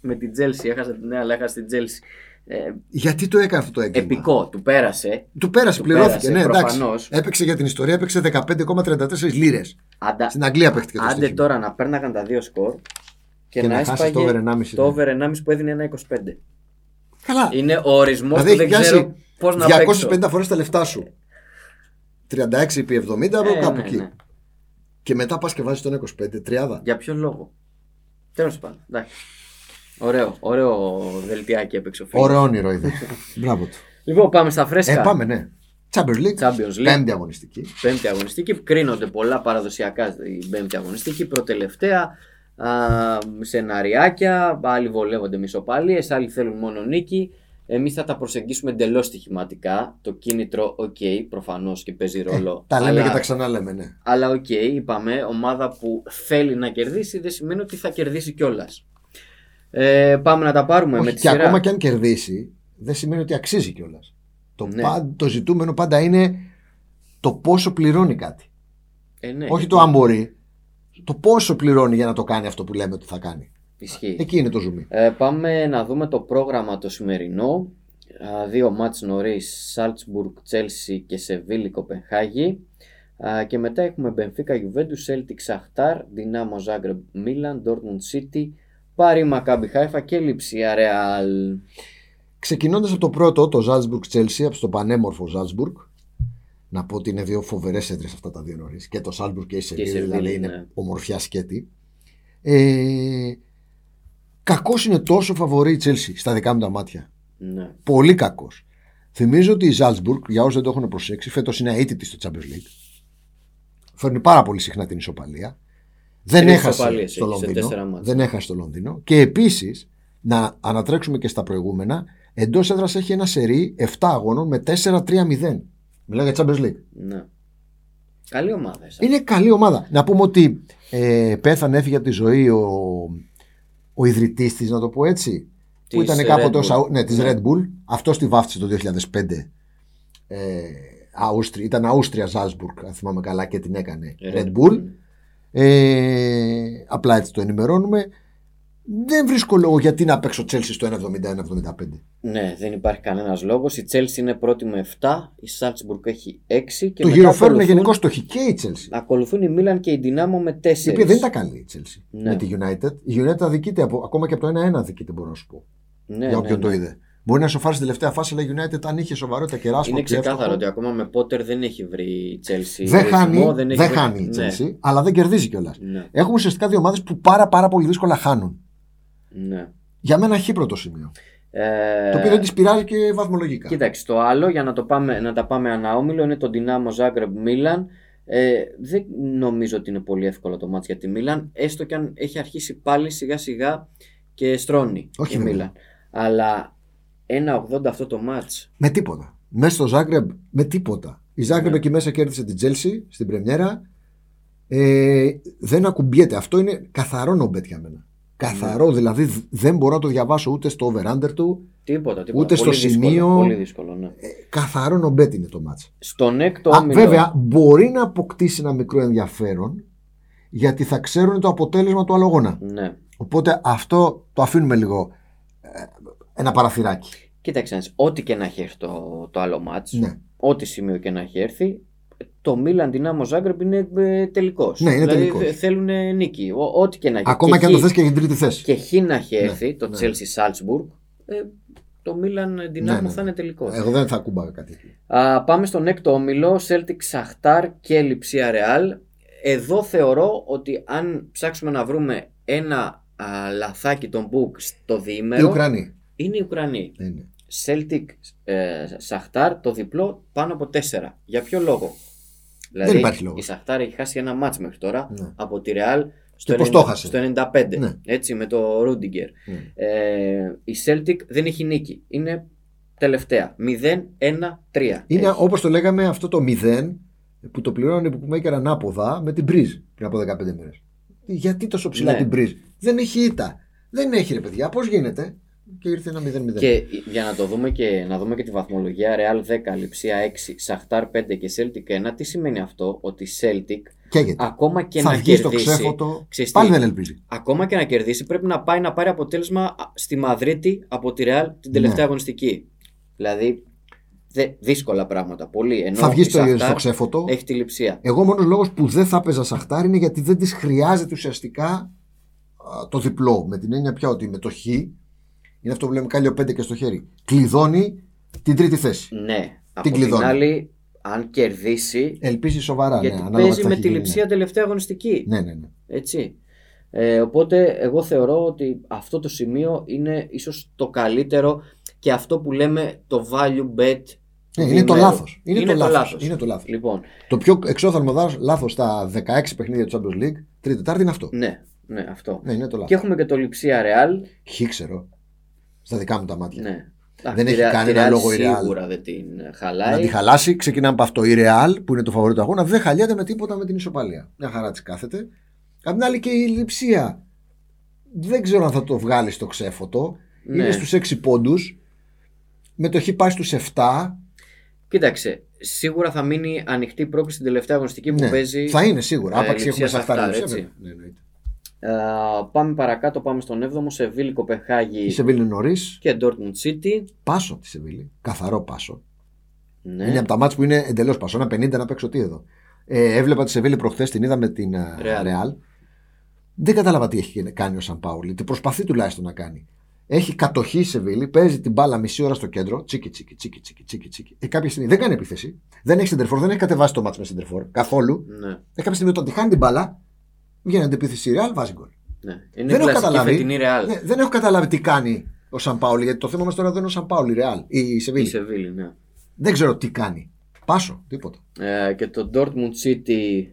Speaker 1: με τη Chelsea. Έχασα την νέα, αλλά έχασα την Chelsea. Ε,
Speaker 2: Γιατί το έκανε αυτό το έγκλημα.
Speaker 1: επικό, του πέρασε.
Speaker 2: Του πέρασε,
Speaker 1: Του
Speaker 2: πληρώθηκε.
Speaker 1: πέρασε,
Speaker 2: ναι, εντάξει.
Speaker 1: προφανώς.
Speaker 2: Έπαιξε για την ιστορία, έπαιξε 15,34 λίρες.
Speaker 1: Αντα...
Speaker 2: Στην Αγγλία παίχτηκε το
Speaker 1: Άντε
Speaker 2: στοίχημα.
Speaker 1: τώρα να παίρναγαν τα δύο σκορ και, να,
Speaker 2: Και να χάσεις
Speaker 1: έσπαγε
Speaker 2: το over 1,5,
Speaker 1: το
Speaker 2: ναι.
Speaker 1: over 1,5 που έδινε 1,25.
Speaker 2: Καλά.
Speaker 1: Είναι ο ορισμός
Speaker 2: Δηλαδή
Speaker 1: που δεν
Speaker 2: έχει πιάσει
Speaker 1: ξέρω πώς να παίξω.
Speaker 2: 250 φορές τα λεφτά σου. 36 επί 70 από
Speaker 1: Ε,
Speaker 2: κάπου
Speaker 1: ναι,
Speaker 2: εκεί.
Speaker 1: ναι.
Speaker 2: Και μετά πας και βάζεις τον 25, 30.
Speaker 1: Για ποιο λόγο. Τέλος πάντων. εντάξει. Ωραίο, ωραίο δελτιάκι έπαιξε ο φίλος.
Speaker 2: Ωραίο όνειρο είδε. Μπράβο του.
Speaker 1: Λοιπόν, πάμε στα φρέσκα.
Speaker 2: Ε, πάμε, ναι. Champions League.
Speaker 1: Champions League.
Speaker 2: Πέμπτη αγωνιστική.
Speaker 1: Πέμπτη αγωνιστική. Κρίνονται πολλά παραδοσιακά η πέμπτη αγωνιστική. Προτελευταία. Α, σεναριάκια. Άλλοι βολεύονται με ισοπαλίες, Άλλοι θέλουν μόνο νίκη. Εμείς θα τα προσεγγίσουμε εντελώς στοιχηματικά. Το κίνητρο, οκ, προφανώς και παίζει ρόλο.
Speaker 2: Τα λέμε
Speaker 1: Αλλά-
Speaker 2: και τα ξαναλέμε, ναι.
Speaker 1: Αλλά οκ, είπαμε, ομάδα που θέλει να κερδίσει δεν σημαίνει ότι θα κερδίσει κιόλας. Ε, πάμε να τα πάρουμε
Speaker 2: Όχι,
Speaker 1: με
Speaker 2: και
Speaker 1: τη σειρά.
Speaker 2: ακόμα και αν κερδίσει, δεν σημαίνει ότι αξίζει κιόλας. Το,
Speaker 1: Ναι.
Speaker 2: παν- το ζητούμενο πάντα είναι το πόσο πληρώνει κάτι.
Speaker 1: Ε, ναι,
Speaker 2: Όχι
Speaker 1: γιατί
Speaker 2: το αν μπορεί. Το πόσο πληρώνει για να το κάνει αυτό που λέμε ότι θα κάνει.
Speaker 1: Ισχύει.
Speaker 2: Εκεί είναι το ζουμί.
Speaker 1: Ε, πάμε να δούμε το πρόγραμμα το σημερινό. Α, δύο μάτς νωρίς, Σάλτσμπουργκ, Τσέλσι και Σεβίλη, Κοπενχάγη. Α, και μετά έχουμε Μπενφίκα, Γιουβέντου, Celtic, Σαχτάρ, Δυνάμο, Ζάγκρεπ, Μίλαν, Ντόρτμουντ, Σίτι, Πάρη, Μακάμπι, Χάιφα και Λιψία, Ρεάλ.
Speaker 2: Ξεκινώντας από το πρώτο, το Ζάλτσμπουργκ Chelsea, από το πανέμορφο Ζάλτσμπουργκ. Να πω ότι είναι δύο φοβερές έδρε αυτά τα δύο νωρίς. Και το Σάλτσμπουργκ και η Σεβίλη,
Speaker 1: Σεβίλη,
Speaker 2: δηλαδή είναι
Speaker 1: ναι.
Speaker 2: ομορφιά σκέτη. Ε, Κακός είναι τόσο φαβορή η Chelsea στα δικά μου τα μάτια.
Speaker 1: Ναι.
Speaker 2: Πολύ κακός. Θυμίζω ότι η Ζάλτσμπουργκ, για όσους δεν το έχουν προσέξει, φέτος είναι αίτητη στο Champions League. Φέρνει πάρα πολύ συχνά την ισοπαλία. Δεν
Speaker 1: Τρεις
Speaker 2: έχασε
Speaker 1: ισοπαλίες
Speaker 2: στο
Speaker 1: έχει σε
Speaker 2: Λονδίνο.
Speaker 1: τέσσερα μάτς.
Speaker 2: Δεν έχασε στο Λονδίνο. Και επίσης, να ανατρέξουμε και στα προηγούμενα, εντός έδρας έχει ένα σερί 7 αγώνων με 4-3-0. Μιλάω για Champions League.
Speaker 1: ναι. Καλή ομάδα. ίσα.
Speaker 2: Είναι καλή ομάδα. Να πούμε ότι ε, πέθανε, έφυγε από τη ζωή ο, ο ιδρυτής της, να το πω έτσι. που
Speaker 1: Της
Speaker 2: ήταν
Speaker 1: Red
Speaker 2: κάποτε ο
Speaker 1: Bull.
Speaker 2: Σαου- ναι, της
Speaker 1: Ναι.
Speaker 2: Red Bull. Αυτό τη βάφτισε το 2005. Ε, Αούστρι, ήταν Αούστρια Ζάλσμπουργκ, αν θυμάμαι καλά, και την έκανε
Speaker 1: Ε,
Speaker 2: Red Bull. Ε, απλά έτσι το ενημερώνουμε. Δεν βρίσκω λόγο γιατί να παίξω Chelsea στο 1,71-75.
Speaker 1: Ναι, δεν υπάρχει κανένας λόγος. Η Chelsea είναι πρώτη με 7, η Salzburg έχει 6 και
Speaker 2: Το
Speaker 1: μετά
Speaker 2: γυροφέρνουν
Speaker 1: ακολουθούν-
Speaker 2: γενικώς το έχει και η Chelsea.
Speaker 1: Ακολουθούν η Μίλαν και η Δυνάμο με 4.
Speaker 2: Η οποία δεν τα καλή η Chelsea
Speaker 1: Ναι.
Speaker 2: με τη United. Η United αδικείται από, ακόμα και από το 1-1 αδικείται, μπορώ να σου πω.
Speaker 1: ναι,
Speaker 2: για
Speaker 1: ναι,
Speaker 2: όποιον
Speaker 1: ναι.
Speaker 2: το είδε. Μπορεί να σοφάρεις στην τελευταία φάση, αλλά η United αν είχε σοβαρότητα και ράσμα.
Speaker 1: Είναι ξεκάθαρο ότι ακόμα με Πότερ δεν έχει βρει η Chelsea.
Speaker 2: δεν
Speaker 1: ρυθμό,
Speaker 2: χάνει,
Speaker 1: δεν
Speaker 2: δεν
Speaker 1: έχει βρει-
Speaker 2: χάνει η
Speaker 1: Ναι,
Speaker 2: Chelsea, αλλά δεν κερδίζει κιόλας.
Speaker 1: Ναι,
Speaker 2: Έχουμε ουσιαστικά δύο ομάδες που πάρα, πάρα πολύ δύσκολα χάνουν.
Speaker 1: ναι.
Speaker 2: Για μένα χύπρο το σημείο.
Speaker 1: Ε,
Speaker 2: Το οποίο δεν της πειράζει και βαθμολογικά.
Speaker 1: Κοίταξε, το άλλο για να, το πάμε, να τα πάμε αναόμιλο είναι το Dinamo Zagreb Milan. Ε, δεν νομίζω ότι είναι πολύ εύκολο το μάτς για τη Μίλαν, έστω και αν έχει αρχίσει πάλι σιγά σιγά και στρώνει
Speaker 2: Όχι,
Speaker 1: η
Speaker 2: ρε,
Speaker 1: Μίλαν. Αλλά 1,80 αυτό το μάτς.
Speaker 2: Με τίποτα. Μέσα στο Ζάγκρεμπ, με τίποτα. Η Ζάγκρεμπ
Speaker 1: Ναι.
Speaker 2: εκεί μέσα κέρδισε την Τζέλση στην Πρεμιέρα. Ε, δεν ακουμπιέται. Αυτό είναι καθαρό νομπέτ για μένα. Καθαρό,
Speaker 1: Ναι.
Speaker 2: δηλαδή δ- δεν μπορώ να το διαβάσω ούτε στο over-under του.
Speaker 1: Τίποτα, τίποτα.
Speaker 2: Ούτε στο
Speaker 1: πολύ δύσκολο,
Speaker 2: σημείο.
Speaker 1: Πολύ δύσκολο, ναι.
Speaker 2: Ε, καθαρό νομπέτ είναι το μάτς.
Speaker 1: Στον έκτο
Speaker 2: Α,
Speaker 1: όμιλο.
Speaker 2: βέβαια, μπορεί να αποκτήσει ένα μικρό ενδιαφέρον γιατί θα ξέρουν το αποτέλεσμα του άλλου αγώνα.
Speaker 1: Ναι.
Speaker 2: Οπότε αυτό το αφήνουμε λίγο. ε, Ένα παραθυράκι.
Speaker 1: Κοίταξε, να δεις, ό,τι και να έχει έρθει το, το άλλο μάτς,
Speaker 2: Ναι.
Speaker 1: ό,τι σημείο και να έχει έρθει, το Μίλαν Δυνάμο Ζάγκρεπ είναι ε, τελικός.
Speaker 2: Ναι, είναι
Speaker 1: δηλαδή,
Speaker 2: τελικός.
Speaker 1: δε- θέλουν ε, νίκη. Ο- ό,τι και να έχει.
Speaker 2: Ακόμα και αν
Speaker 1: χ-
Speaker 2: το θες και για την τρίτη θέση.
Speaker 1: Και χ να έχει έρθει, το
Speaker 2: ναι.
Speaker 1: Chelsea Salzburg, ε, το Μίλαν Δυνάμο
Speaker 2: Ναι,
Speaker 1: θα
Speaker 2: ναι, ναι.
Speaker 1: είναι τελικός.
Speaker 2: Εγώ δεν θα ακούμπαγα κάτι εκεί.
Speaker 1: Α, πάμε στον έκτο όμιλο, Celtic Shakhtar και Λιψία Ρεάλ. Εδώ θεωρώ ότι αν ψάξουμε να βρούμε ένα α, λαθάκι των Μπουκ στο
Speaker 2: Οι
Speaker 1: διήμερο,
Speaker 2: Ουκρανοί.
Speaker 1: είναι οι Ουκρανοί.
Speaker 2: Ναι, ναι.
Speaker 1: Celtic ε, Σαχτάρ το διπλό πάνω από 4. Για ποιο λόγο. Δηλαδή,
Speaker 2: υπάρχει λόγος.
Speaker 1: Η Σαχτάρ έχει χάσει ένα μάτς μέχρι τώρα
Speaker 2: Ναι.
Speaker 1: από τη Ρεάλ στο,
Speaker 2: Και πώς
Speaker 1: 90
Speaker 2: το έχασε.
Speaker 1: στο 95.
Speaker 2: Ναι.
Speaker 1: Έτσι με το Ρούντιγκερ.
Speaker 2: Ναι.
Speaker 1: Ε, η Celtic δεν έχει νίκη. Είναι τελευταία. 0-1-3.
Speaker 2: Είναι
Speaker 1: Έχει.
Speaker 2: όπως το λέγαμε αυτό το 0 που το πληρώνανε που με έκανε ανάποδα με την Breeze πριν από 15 μέρες. Γιατί τόσο ψηλά
Speaker 1: Ναι.
Speaker 2: την Breeze. Δεν έχει ήττα. Δεν έχει ρε παιδιά. Πώς γίνεται. Και ήρθε ένα 0-0.
Speaker 1: Και για να το δούμε και, να δούμε και τη βαθμολογία, Real 10, Λιψία 6, Σαχτάρ 5 και Celtic 1, τι σημαίνει αυτό, ότι Celtic
Speaker 2: Καίγεται.
Speaker 1: ακόμα και
Speaker 2: θα
Speaker 1: να
Speaker 2: βγει στο
Speaker 1: κερδίσει,
Speaker 2: ξέφωτο.
Speaker 1: Ξέρεις τι?
Speaker 2: Πάλι δεν ελπίζει.
Speaker 1: ακόμα και να κερδίσει πρέπει να πάει να πάρει αποτέλεσμα α, στη Μαδρίτη από τη Real την τελευταία
Speaker 2: Ναι.
Speaker 1: αγωνιστική. Δηλαδή, δε, δύσκολα πράγματα, πολύ. Ενώ
Speaker 2: θα βγει
Speaker 1: η
Speaker 2: στο,
Speaker 1: Σαχτάρ
Speaker 2: στο ξέφωτο.
Speaker 1: έχει τη Λιψία.
Speaker 2: Εγώ μόνος λόγος που δεν θα παίζα σαχτάρι είναι γιατί δεν της χρειάζεται ουσιαστικά α, το διπλό. Με την έννοια πια ότι με το χ είναι αυτό που λέμε κάλιο 5 και στο χέρι. Κλειδώνει την τρίτη θέση.
Speaker 1: Ναι, από την
Speaker 2: κλειδώνει.
Speaker 1: άλλη, αν κερδίσει,
Speaker 2: Ελπίζει σοβαρά.
Speaker 1: γιατί
Speaker 2: ναι, ανάλογα τι
Speaker 1: παίζει
Speaker 2: θα
Speaker 1: με
Speaker 2: έχει
Speaker 1: τη
Speaker 2: γίνει,
Speaker 1: Λιψία τελευταία αγωνιστική.
Speaker 2: Ναι, ναι, ναι. ναι.
Speaker 1: Έτσι. Ε, οπότε εγώ θεωρώ ότι αυτό το σημείο είναι ίσως το καλύτερο και αυτό που λέμε το value bet.
Speaker 2: Ναι, είναι
Speaker 1: διημέρου.
Speaker 2: το λάθος. Είναι,
Speaker 1: Είναι
Speaker 2: το
Speaker 1: το
Speaker 2: λάθος.
Speaker 1: λάθος.
Speaker 2: Είναι το λάθος.
Speaker 1: Λοιπόν,
Speaker 2: Το πιο εξόθαλμο λάθος στα 16 παιχνίδια του Champions League, τρίτη Τετάρτη είναι αυτό.
Speaker 1: ναι, ναι, αυτό.
Speaker 2: Ναι, είναι το
Speaker 1: Και
Speaker 2: λάθο.
Speaker 1: έχουμε και το Λιψία Real.
Speaker 2: Χ ξέρω. Στα δικά μου τα μάτια.
Speaker 1: Ναι.
Speaker 2: Δεν έχει κανένα λόγο η Real.
Speaker 1: Σίγουρα δεν την
Speaker 2: Να
Speaker 1: χαλάει.
Speaker 2: τη χαλάσει, ξεκινάμε από αυτό. Η Real, που είναι το φαβορή του αγώνα, δεν χαλιάται με τίποτα με την ισοπαλία. Μια χαρά της κάθεται. Απ' την άλλη και η λειψία. Δεν ξέρω αν θα το βγάλει στο ξέφωτο.
Speaker 1: Ναι.
Speaker 2: Είναι στους 6 πόντους. Με το χ πάει στους 7.
Speaker 1: Κοίταξε, σίγουρα θα μείνει ανοιχτή η πρόκληση στην τελευταία αγωνιστική που
Speaker 2: Ναι.
Speaker 1: παίζει.
Speaker 2: Θα είναι σίγουρα.
Speaker 1: ε,
Speaker 2: Άπαξ
Speaker 1: Λειψία
Speaker 2: έχουμε
Speaker 1: σε
Speaker 2: σε αυτά.
Speaker 1: αυτά,
Speaker 2: Λειψία,
Speaker 1: έτσι.
Speaker 2: βέβαια. Ναι, εννοείται.
Speaker 1: Ε, πάμε παρακάτω, πάμε στον 7ο. Σεβίλη
Speaker 2: Η
Speaker 1: Κοπεχάγη
Speaker 2: Σεβίλη είναι νωρίς.
Speaker 1: και Dortmund City.
Speaker 2: Πάσο τη Σεβίλη. Καθαρό πάσο.
Speaker 1: Ναι.
Speaker 2: Είναι από τα μάτια που είναι εντελώς πασό. Ένα 50 να παίξω τι εδώ. Ε, έβλεπα τη Σεβίλη προχθές, την είδα με την ε,
Speaker 1: Real.
Speaker 2: Real. Δεν κατάλαβα τι έχει κάνει ο Σαν Πάολη. Τι προσπαθεί τουλάχιστον να κάνει. Έχει κατοχή η Σεβίλη, παίζει την μπάλα μισή ώρα στο κέντρο. Τσίκι, τσίκι, τσίκι, τσίκι, τσίκι. τσίκι. Ε, κάποια στιγμή δεν κάνει επίθεση. Δεν έχει σεντερφόρ, δεν έχει κατεβάσει το μάτσο με σεντερφόρ καθόλου.
Speaker 1: ναι.
Speaker 2: Ε, κάποια στιγμή όταν τη χάνει την μπάλα, βγαίνει αντεπίθεση η Real, βάζει γκολ.
Speaker 1: Ναι. Είναι
Speaker 2: Δεν έχω
Speaker 1: κλασική
Speaker 2: καταλάβει.
Speaker 1: φετινή Real.
Speaker 2: Ναι, δεν έχω καταλάβει τι κάνει ο Σαν Πάολη, γιατί το θέμα μας τώρα δεν είναι ο Σαν Πάολη, η Real, η
Speaker 1: Η
Speaker 2: Σεβίλη.
Speaker 1: Σεβίλη, ναι.
Speaker 2: Δεν ξέρω τι κάνει. Πάσο, τίποτα.
Speaker 1: Ε, και το Dortmund City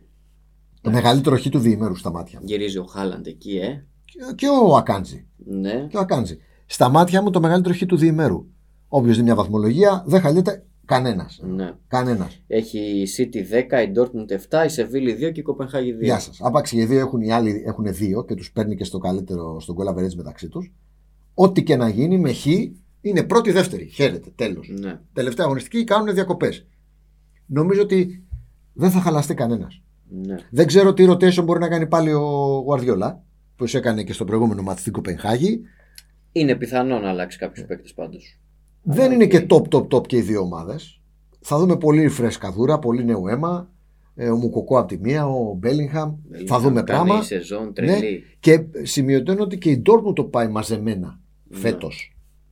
Speaker 2: Το μεγαλύτερο χ του διημέρου στα μάτια μου.
Speaker 1: γυρίζει ο Χάλαντ εκεί, ε.
Speaker 2: Και- Και ο Ακάντζη.
Speaker 1: Ναι.
Speaker 2: Και ο Ακάντζη. Στα μάτια μου το μεγαλύτερο χ του διημέρου. Όποιος δει μια βαθμολογία, δεν χαλείται κανένας.
Speaker 1: ναι.
Speaker 2: Κανένας.
Speaker 1: Έχει η City 10, η Dortmund 7, η Σεβίλη 2 και η Κοπενχάγη 2.
Speaker 2: Γεια σας. Άπαξ οι δύο έχουν, οι άλλοι έχουν δύο και τους παίρνει και στο καλύτερο, στον goal average μεταξύ τους. Ό,τι και να γίνει με χ είναι πρώτη-δεύτερη. Χαίρετε, τέλος.
Speaker 1: Ναι.
Speaker 2: Τελευταία αγωνιστική κάνουν διακοπές. Νομίζω ότι δεν θα χαλαστεί κανένας.
Speaker 1: ναι.
Speaker 2: Δεν ξέρω τι rotation μπορεί να κάνει πάλι ο Γουαρδιόλα, που έκανε και στο προηγούμενο μάτι στην Κοπενχάγη.
Speaker 1: Είναι πιθανό να αλλάξει
Speaker 2: Ναι.
Speaker 1: κάποιο παίκτης πάντως.
Speaker 2: Δεν
Speaker 1: Αλλά
Speaker 2: είναι
Speaker 1: οκ.
Speaker 2: και top, top, top και οι δύο ομάδες. Θα δούμε πολύ φρέσκα δούρα, πολύ νέο αίμα. Ε, Ο Μουκοκό από τη μία, ο Μπέλιγχαμ. Θα δούμε
Speaker 1: Κάνει
Speaker 2: πράγμα. Ναι.
Speaker 1: η σεζόν τρελή.
Speaker 2: Και σημειωτένω ότι και η Ντόρκμου το πάει μαζεμένα
Speaker 1: Ναι.
Speaker 2: φέτος.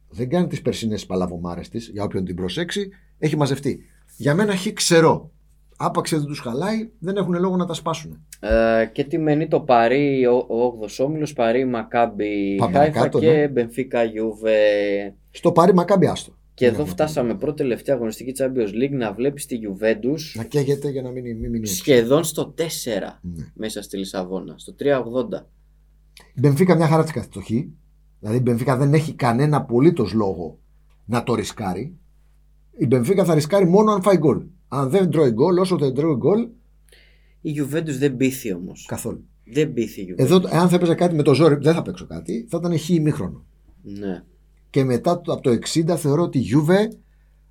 Speaker 2: Δεν κάνει τις περσινές παλαβομάρες της, για όποιον την προσέξει, έχει μαζευτεί. Για μένα χ ξερό. Άπαξε δεν τους χαλάει, δεν έχουν λόγο να τα σπάσουν.
Speaker 1: Ε, και τι μένει το Παρί, ο, ο 8ο όμιλος, Παρί, Μακάμπι,
Speaker 2: Πάμε
Speaker 1: Χάιφα
Speaker 2: παρακάτω,
Speaker 1: και
Speaker 2: ναι.
Speaker 1: Μπενφίκα, Γιούβε.
Speaker 2: Στο πάρει μακάμπι άστο.
Speaker 1: Και
Speaker 2: Δεν
Speaker 1: εδώ
Speaker 2: έχω
Speaker 1: φτάσαμε πρώτη τελευταία αγωνιστική Champions League να βλέπεις τη Juventus
Speaker 2: Να καίγεται για να μην μην μείνει. έξω.
Speaker 1: σχεδόν στο 4.
Speaker 2: Ναι.
Speaker 1: μέσα στη Λισαβόνα, στο 380.
Speaker 2: Η Μπενφίκα μια χαρά της καθιστοχή. Δηλαδή η Μπενφίκα δεν έχει κανένα απολύτως λόγο να το ρισκάρει. Η Μπενφίκα θα ρισκάρει μόνο αν φάει γκολ. Αν δεν τρώει γκολ, όσο δεν τρώει γκολ,
Speaker 1: Η Juventus δεν πήθη όμως.
Speaker 2: καθόλου.
Speaker 1: Δεν πήθη η Juventus.
Speaker 2: Εδώ, εάν θα έπαιζα κάτι με το ζόρι, δεν θα παίξω κάτι, θα ήταν χ ημίχρονο.
Speaker 1: Ναι.
Speaker 2: Και μετά το- από το 60 θεωρώ ότι η Juve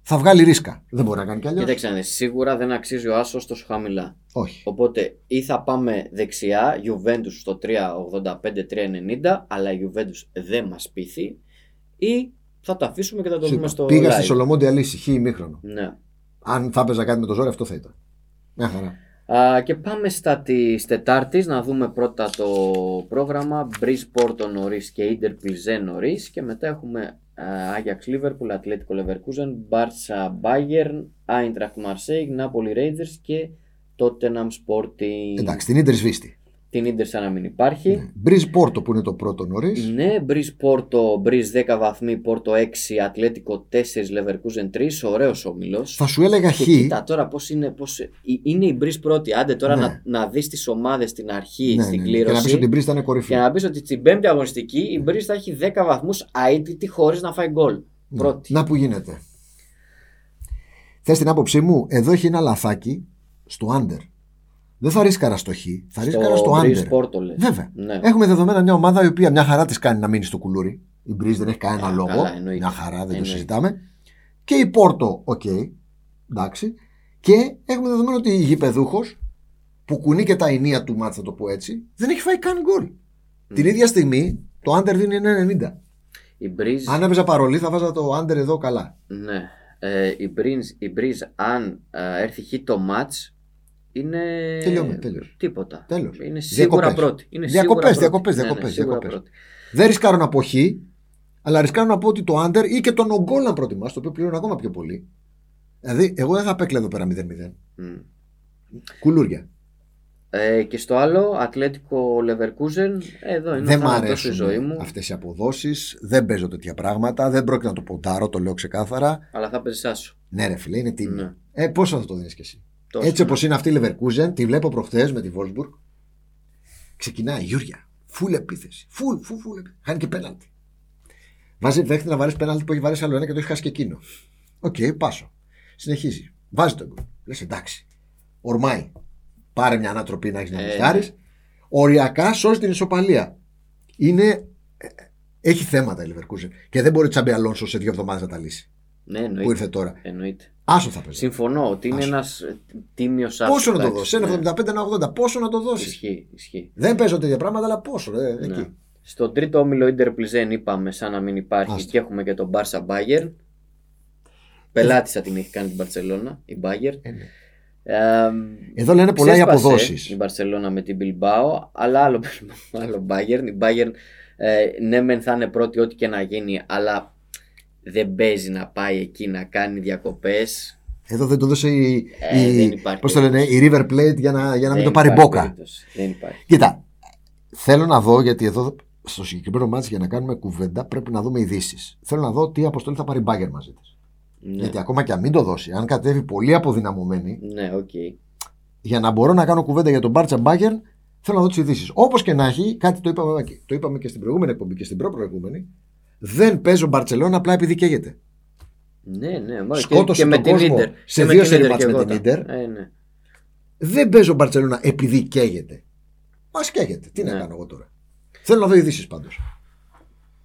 Speaker 2: θα βγάλει ρίσκα. Δεν μπορεί να κάνει κι αλλιώς.
Speaker 1: Κοίταξε να δεις, σίγουρα δεν αξίζει ο Άσος τόσο χαμηλά.
Speaker 2: Όχι.
Speaker 1: Οπότε ή θα πάμε δεξιά, Juventus στο 385-390, αλλά η Juventus δεν μας πείθει, ή θα το αφήσουμε και θα το δούμε
Speaker 2: Σίγουρα.
Speaker 1: στο
Speaker 2: Πήγα
Speaker 1: live.
Speaker 2: στη Σολομόντια λύση, χ ημίχρονο.
Speaker 1: Ναι.
Speaker 2: Αν θα έπαιζα κάτι με το ζόρι, αυτό θα ήταν. Μια χαρά.
Speaker 1: Α, και πάμε στα της Τετάρτης να δούμε πρώτα το πρόγραμμα. Bridgeport νωρίς και Inter Pilsen νωρίς. Και μετά έχουμε Άγιαξ Liverpool, Ατλέτικο Leverkusen, Barca Bayern, Eintracht Marseille, Napoli Rangers και Tottenham Sporting.
Speaker 2: Εντάξει, Ναι. την ντερ σβήστη.
Speaker 1: Την Inter σαν να μην υπάρχει.
Speaker 2: Μπριζ Ε, Πόρτο που είναι το πρώτο νωρίς.
Speaker 1: Ναι, Breeze Porto, Breeze 10 βαθμοί, Porto 6, Ατλέτικο 4, Leverkusen 3. Ωραίος όμιλος.
Speaker 2: Θα σου έλεγα χ.
Speaker 1: Και κοίτα τώρα πώς είναι, πώς... ε, είναι η Breeze πρώτη. Άντε τώρα
Speaker 2: Ναι.
Speaker 1: να, να δεις τις ομάδες στην αρχή,
Speaker 2: Ναι,
Speaker 1: στην
Speaker 2: ναι, ναι.
Speaker 1: κλήρωση.
Speaker 2: Και να πεις ότι η Μπρίζ ήταν κορυφή.
Speaker 1: και να πεις ότι στην πέμπτη αγωνιστική η Breeze θα έχει 10 βαθμούς αίτητη χωρίς να φάει γκολ.
Speaker 2: Ναι.
Speaker 1: Πρώτη.
Speaker 2: Να που γίνεται. Θες την άποψή μου, εδώ έχει ένα λαθάκι στο under. Δεν θα ρίσκαρα στο χ, θα ρίσκαρα στο
Speaker 1: Breeze
Speaker 2: under.
Speaker 1: Porto, λες.
Speaker 2: Βέβαια. Ε,
Speaker 1: Ναι.
Speaker 2: Έχουμε δεδομένα μια ομάδα η οποία μια χαρά της κάνει να μείνει στο κουλούρι. Η Μπρίζ δεν έχει κανένα
Speaker 1: Α,
Speaker 2: λόγο.
Speaker 1: καλά, εννοείται.
Speaker 2: μια χαρά, δεν
Speaker 1: Εννοείται.
Speaker 2: το συζητάμε. Και η Πόρτο, οκ. εντάξει. Και έχουμε δεδομένο ότι η γηπεδούχος που κουνεί και τα ενία του μάτσα, θα το πω έτσι, δεν έχει φάει καν γκολ. Την ίδια στιγμή το under δίνει 1,90.
Speaker 1: Η Breeze,
Speaker 2: Αν έπαιζα παρολί, θα βάζα το under εδώ καλά.
Speaker 1: ναι. Ε, η, Breeze, η Breeze, αν ε, έρθει χ το match, είναι
Speaker 2: Τελειώνει, τέλειωσε.
Speaker 1: τίποτα.
Speaker 2: Τέλος.
Speaker 1: Είναι σίγουρα
Speaker 2: Διακοπές.
Speaker 1: πρώτη. Είναι
Speaker 2: Διακοπές,
Speaker 1: σίγουρα πρώτη.
Speaker 2: διακοπές,
Speaker 1: Ναι, ναι,
Speaker 2: διακοπές,
Speaker 1: σίγουρα
Speaker 2: διακοπές.
Speaker 1: πρώτη.
Speaker 2: Δεν ρισκάρω να πω χ, αλλά ρισκάρω να πω ότι το under ή και τον ογκόλ να προτιμάς, το οποίο πληρώνω ακόμα πιο πολύ. Δηλαδή, εγώ δεν θα παίκλα εδώ πέρα 0-0.
Speaker 1: Μμ.
Speaker 2: Κουλούρια.
Speaker 1: Ε, και στο άλλο, Ατλέτικο Leverkusen, ε, εδώ είναι
Speaker 2: δεν
Speaker 1: ο
Speaker 2: μ'
Speaker 1: θάνατος στη
Speaker 2: αρέσουν ναι.
Speaker 1: ζωή μου.
Speaker 2: αυτές οι αποδόσεις. Δεν παίζω τέτοια πράγματα. Δεν πρόκειται να το ποντάρω, το λέω ξεκάθαρα.
Speaker 1: Αλλά θα παίζει άσο.
Speaker 2: Ναι, ρε φίλε, είναι τίμιο.
Speaker 1: Ναι.
Speaker 2: Ε, πόσο θα το δίνεις κι εσύ.
Speaker 1: Τόσο,
Speaker 2: Έτσι
Speaker 1: ναι.
Speaker 2: όπω είναι αυτή η Leverkusen, τη βλέπω προχθές με τη Wolfsburg. Ξεκινάει η Γιούρια. Φουλ επίθεση. Φουλ, φουλ, φουλ. επίθεση. Χάνει και πέναλτι. Βάζει, δέχεται να βαρέσει πέναλτι που έχει βαρέσει άλλο ένα και το έχει χάσει και εκείνο. Οκ, πάσο. Συνεχίζει. Βάζει τον γκολ. Λες εντάξει. Ορμάει. Πάρε μια ανατροπή να έχεις να
Speaker 1: Ε,
Speaker 2: μισχάρει. Οριακά σώζει την ισοπαλία. Είναι. ε, Έχει θέματα η Leverkusen. Και δεν μπορεί Τσαμπι Αλόνσο σε δύο εβδομάδες να τα λύσει.
Speaker 1: Ναι,
Speaker 2: Που
Speaker 1: εννοείται.
Speaker 2: ήρθε τώρα.
Speaker 1: εννοείται.
Speaker 2: Άσο θα παίζει.
Speaker 1: Συμφωνώ ότι είναι
Speaker 2: Άσο.
Speaker 1: ένας τίμιος άσος.
Speaker 2: Πόσο να το
Speaker 1: εντάξει,
Speaker 2: δώσεις, ένα
Speaker 1: ναι.
Speaker 2: 75, ένα 80, πόσο να το δώσεις.
Speaker 1: Ισχύει, ισχύει.
Speaker 2: Δεν παίζω τέτοια πράγματα, αλλά πόσο. Ε,
Speaker 1: Ναι.
Speaker 2: εκεί.
Speaker 1: Στον τρίτο όμιλο Ιντερ Πλιζέν είπαμε σαν να μην υπάρχει
Speaker 2: Άστα.
Speaker 1: και έχουμε και τον Μπάρσα Μπάγερ. Πελάτησα την έχει κάνει την Μπαρσελόνα, η Μπάγερ.
Speaker 2: Ε, ναι.
Speaker 1: Ε,
Speaker 2: Εδώ λένε πολλά οι αποδόσεις.
Speaker 1: Η Μπαρσελόνα με την Bilbao, αλλά άλλο, άλλο Bayern. Η Bayern, ε, ναι, μεν θα είναι πρώτη, ό,τι και να γίνει, αλλά δεν παίζει να πάει εκεί να κάνει διακοπές.
Speaker 2: Εδώ δεν το δώσε η.
Speaker 1: Ε,
Speaker 2: η-
Speaker 1: δεν υπάρχει
Speaker 2: πώς το λένε, η River Plate για να, για να μην
Speaker 1: Δεν
Speaker 2: το πάρει
Speaker 1: υπάρχει
Speaker 2: μπόκα.
Speaker 1: περίπτωση, Δεν υπάρχει.
Speaker 2: Κοίτα, θέλω να δω γιατί εδώ στο συγκεκριμένο μάτι για να κάνουμε κουβέντα πρέπει να δούμε ειδήσεις. Θέλω να δω τι αποστολή θα πάρει η Μπάγκερ μαζί της.
Speaker 1: Ναι,
Speaker 2: Γιατί ακόμα και αν μην το δώσει, αν κατέβει πολύ αποδυναμωμένη,
Speaker 1: ναι, οκ.
Speaker 2: για να μπορώ να κάνω κουβέντα για τον Μπάρτσα Μπάγκερ, θέλω να δω τις ειδήσεις. Όπως και να έχει, κάτι το είπαμε, και- το είπαμε και στην προηγούμενη εκπομπή και στην προπροηγούμενη, δεν παίζω Μπαρσελόνα απλά επειδή καίγεται.
Speaker 1: Ναι, ναι, μα, και-
Speaker 2: Σκότωσε
Speaker 1: και, με
Speaker 2: τον
Speaker 1: την
Speaker 2: κόσμο
Speaker 1: Ίντερ.
Speaker 2: σε
Speaker 1: Και με
Speaker 2: δύο
Speaker 1: την
Speaker 2: σερί
Speaker 1: Ίντερ
Speaker 2: μάτς
Speaker 1: και
Speaker 2: με
Speaker 1: εγώ
Speaker 2: την
Speaker 1: τα-
Speaker 2: Ίντερ.
Speaker 1: Ε, ναι.
Speaker 2: δεν παίζω Μπαρσελόνα επειδή καίγεται. Μας καίγεται. Τι
Speaker 1: Ναι.
Speaker 2: να κάνω εγώ τώρα. Θέλω να δω ειδήσεις πάντως.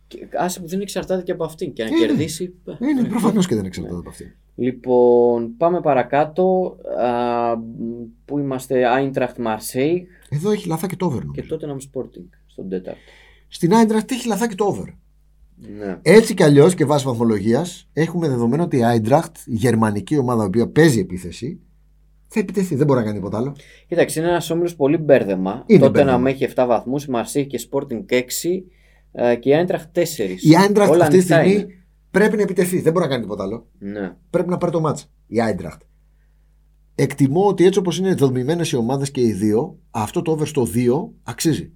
Speaker 1: Και Άσε που δεν εξαρτάται και από αυτήν και να
Speaker 2: Είναι.
Speaker 1: κερδίσει. ε,
Speaker 2: Είναι
Speaker 1: ναι.
Speaker 2: προφανώς και δεν εξαρτάται από αυτή.
Speaker 1: Λοιπόν, πάμε παρακάτω. Α, μ, πού είμαστε, Άιντραχτ Μαρσέη
Speaker 2: Εδώ έχει λαθάκι το over.
Speaker 1: και
Speaker 2: νομίζω.
Speaker 1: τότε να Sporting στον τέταρτο.
Speaker 2: Στην Άιντραχτ έχει λαθάκι το over.
Speaker 1: Ναι.
Speaker 2: Έτσι κι αλλιώς και βάσει βαθμολογίας έχουμε δεδομένο ότι η Άιντραχτ, η γερμανική ομάδα η οποία παίζει επίθεση, θα επιτεθεί. Δεν μπορεί να κάνει τίποτα άλλο.
Speaker 1: Κοίταξε, είναι ένας όμιλος πολύ μπέρδεμα.
Speaker 2: Είναι
Speaker 1: τότε να
Speaker 2: μπέρδεμα.
Speaker 1: με έχει 7 βαθμούς, η Μαρσέη και Sporting 6 ε, και η Άιντραχτ 4.
Speaker 2: Η Άιντραχτ
Speaker 1: Όλα
Speaker 2: αυτή τη
Speaker 1: ανοιχτά
Speaker 2: στιγμή
Speaker 1: είναι.
Speaker 2: πρέπει να επιτεθεί. Δεν μπορεί να κάνει τίποτα άλλο.
Speaker 1: Ναι.
Speaker 2: πρέπει να πάρει το μάτς η Άιντραχτ. Εκτιμώ ότι έτσι όπως είναι δομημένες οι ομάδες και οι δύο, αυτό το over στο 2 αξίζει.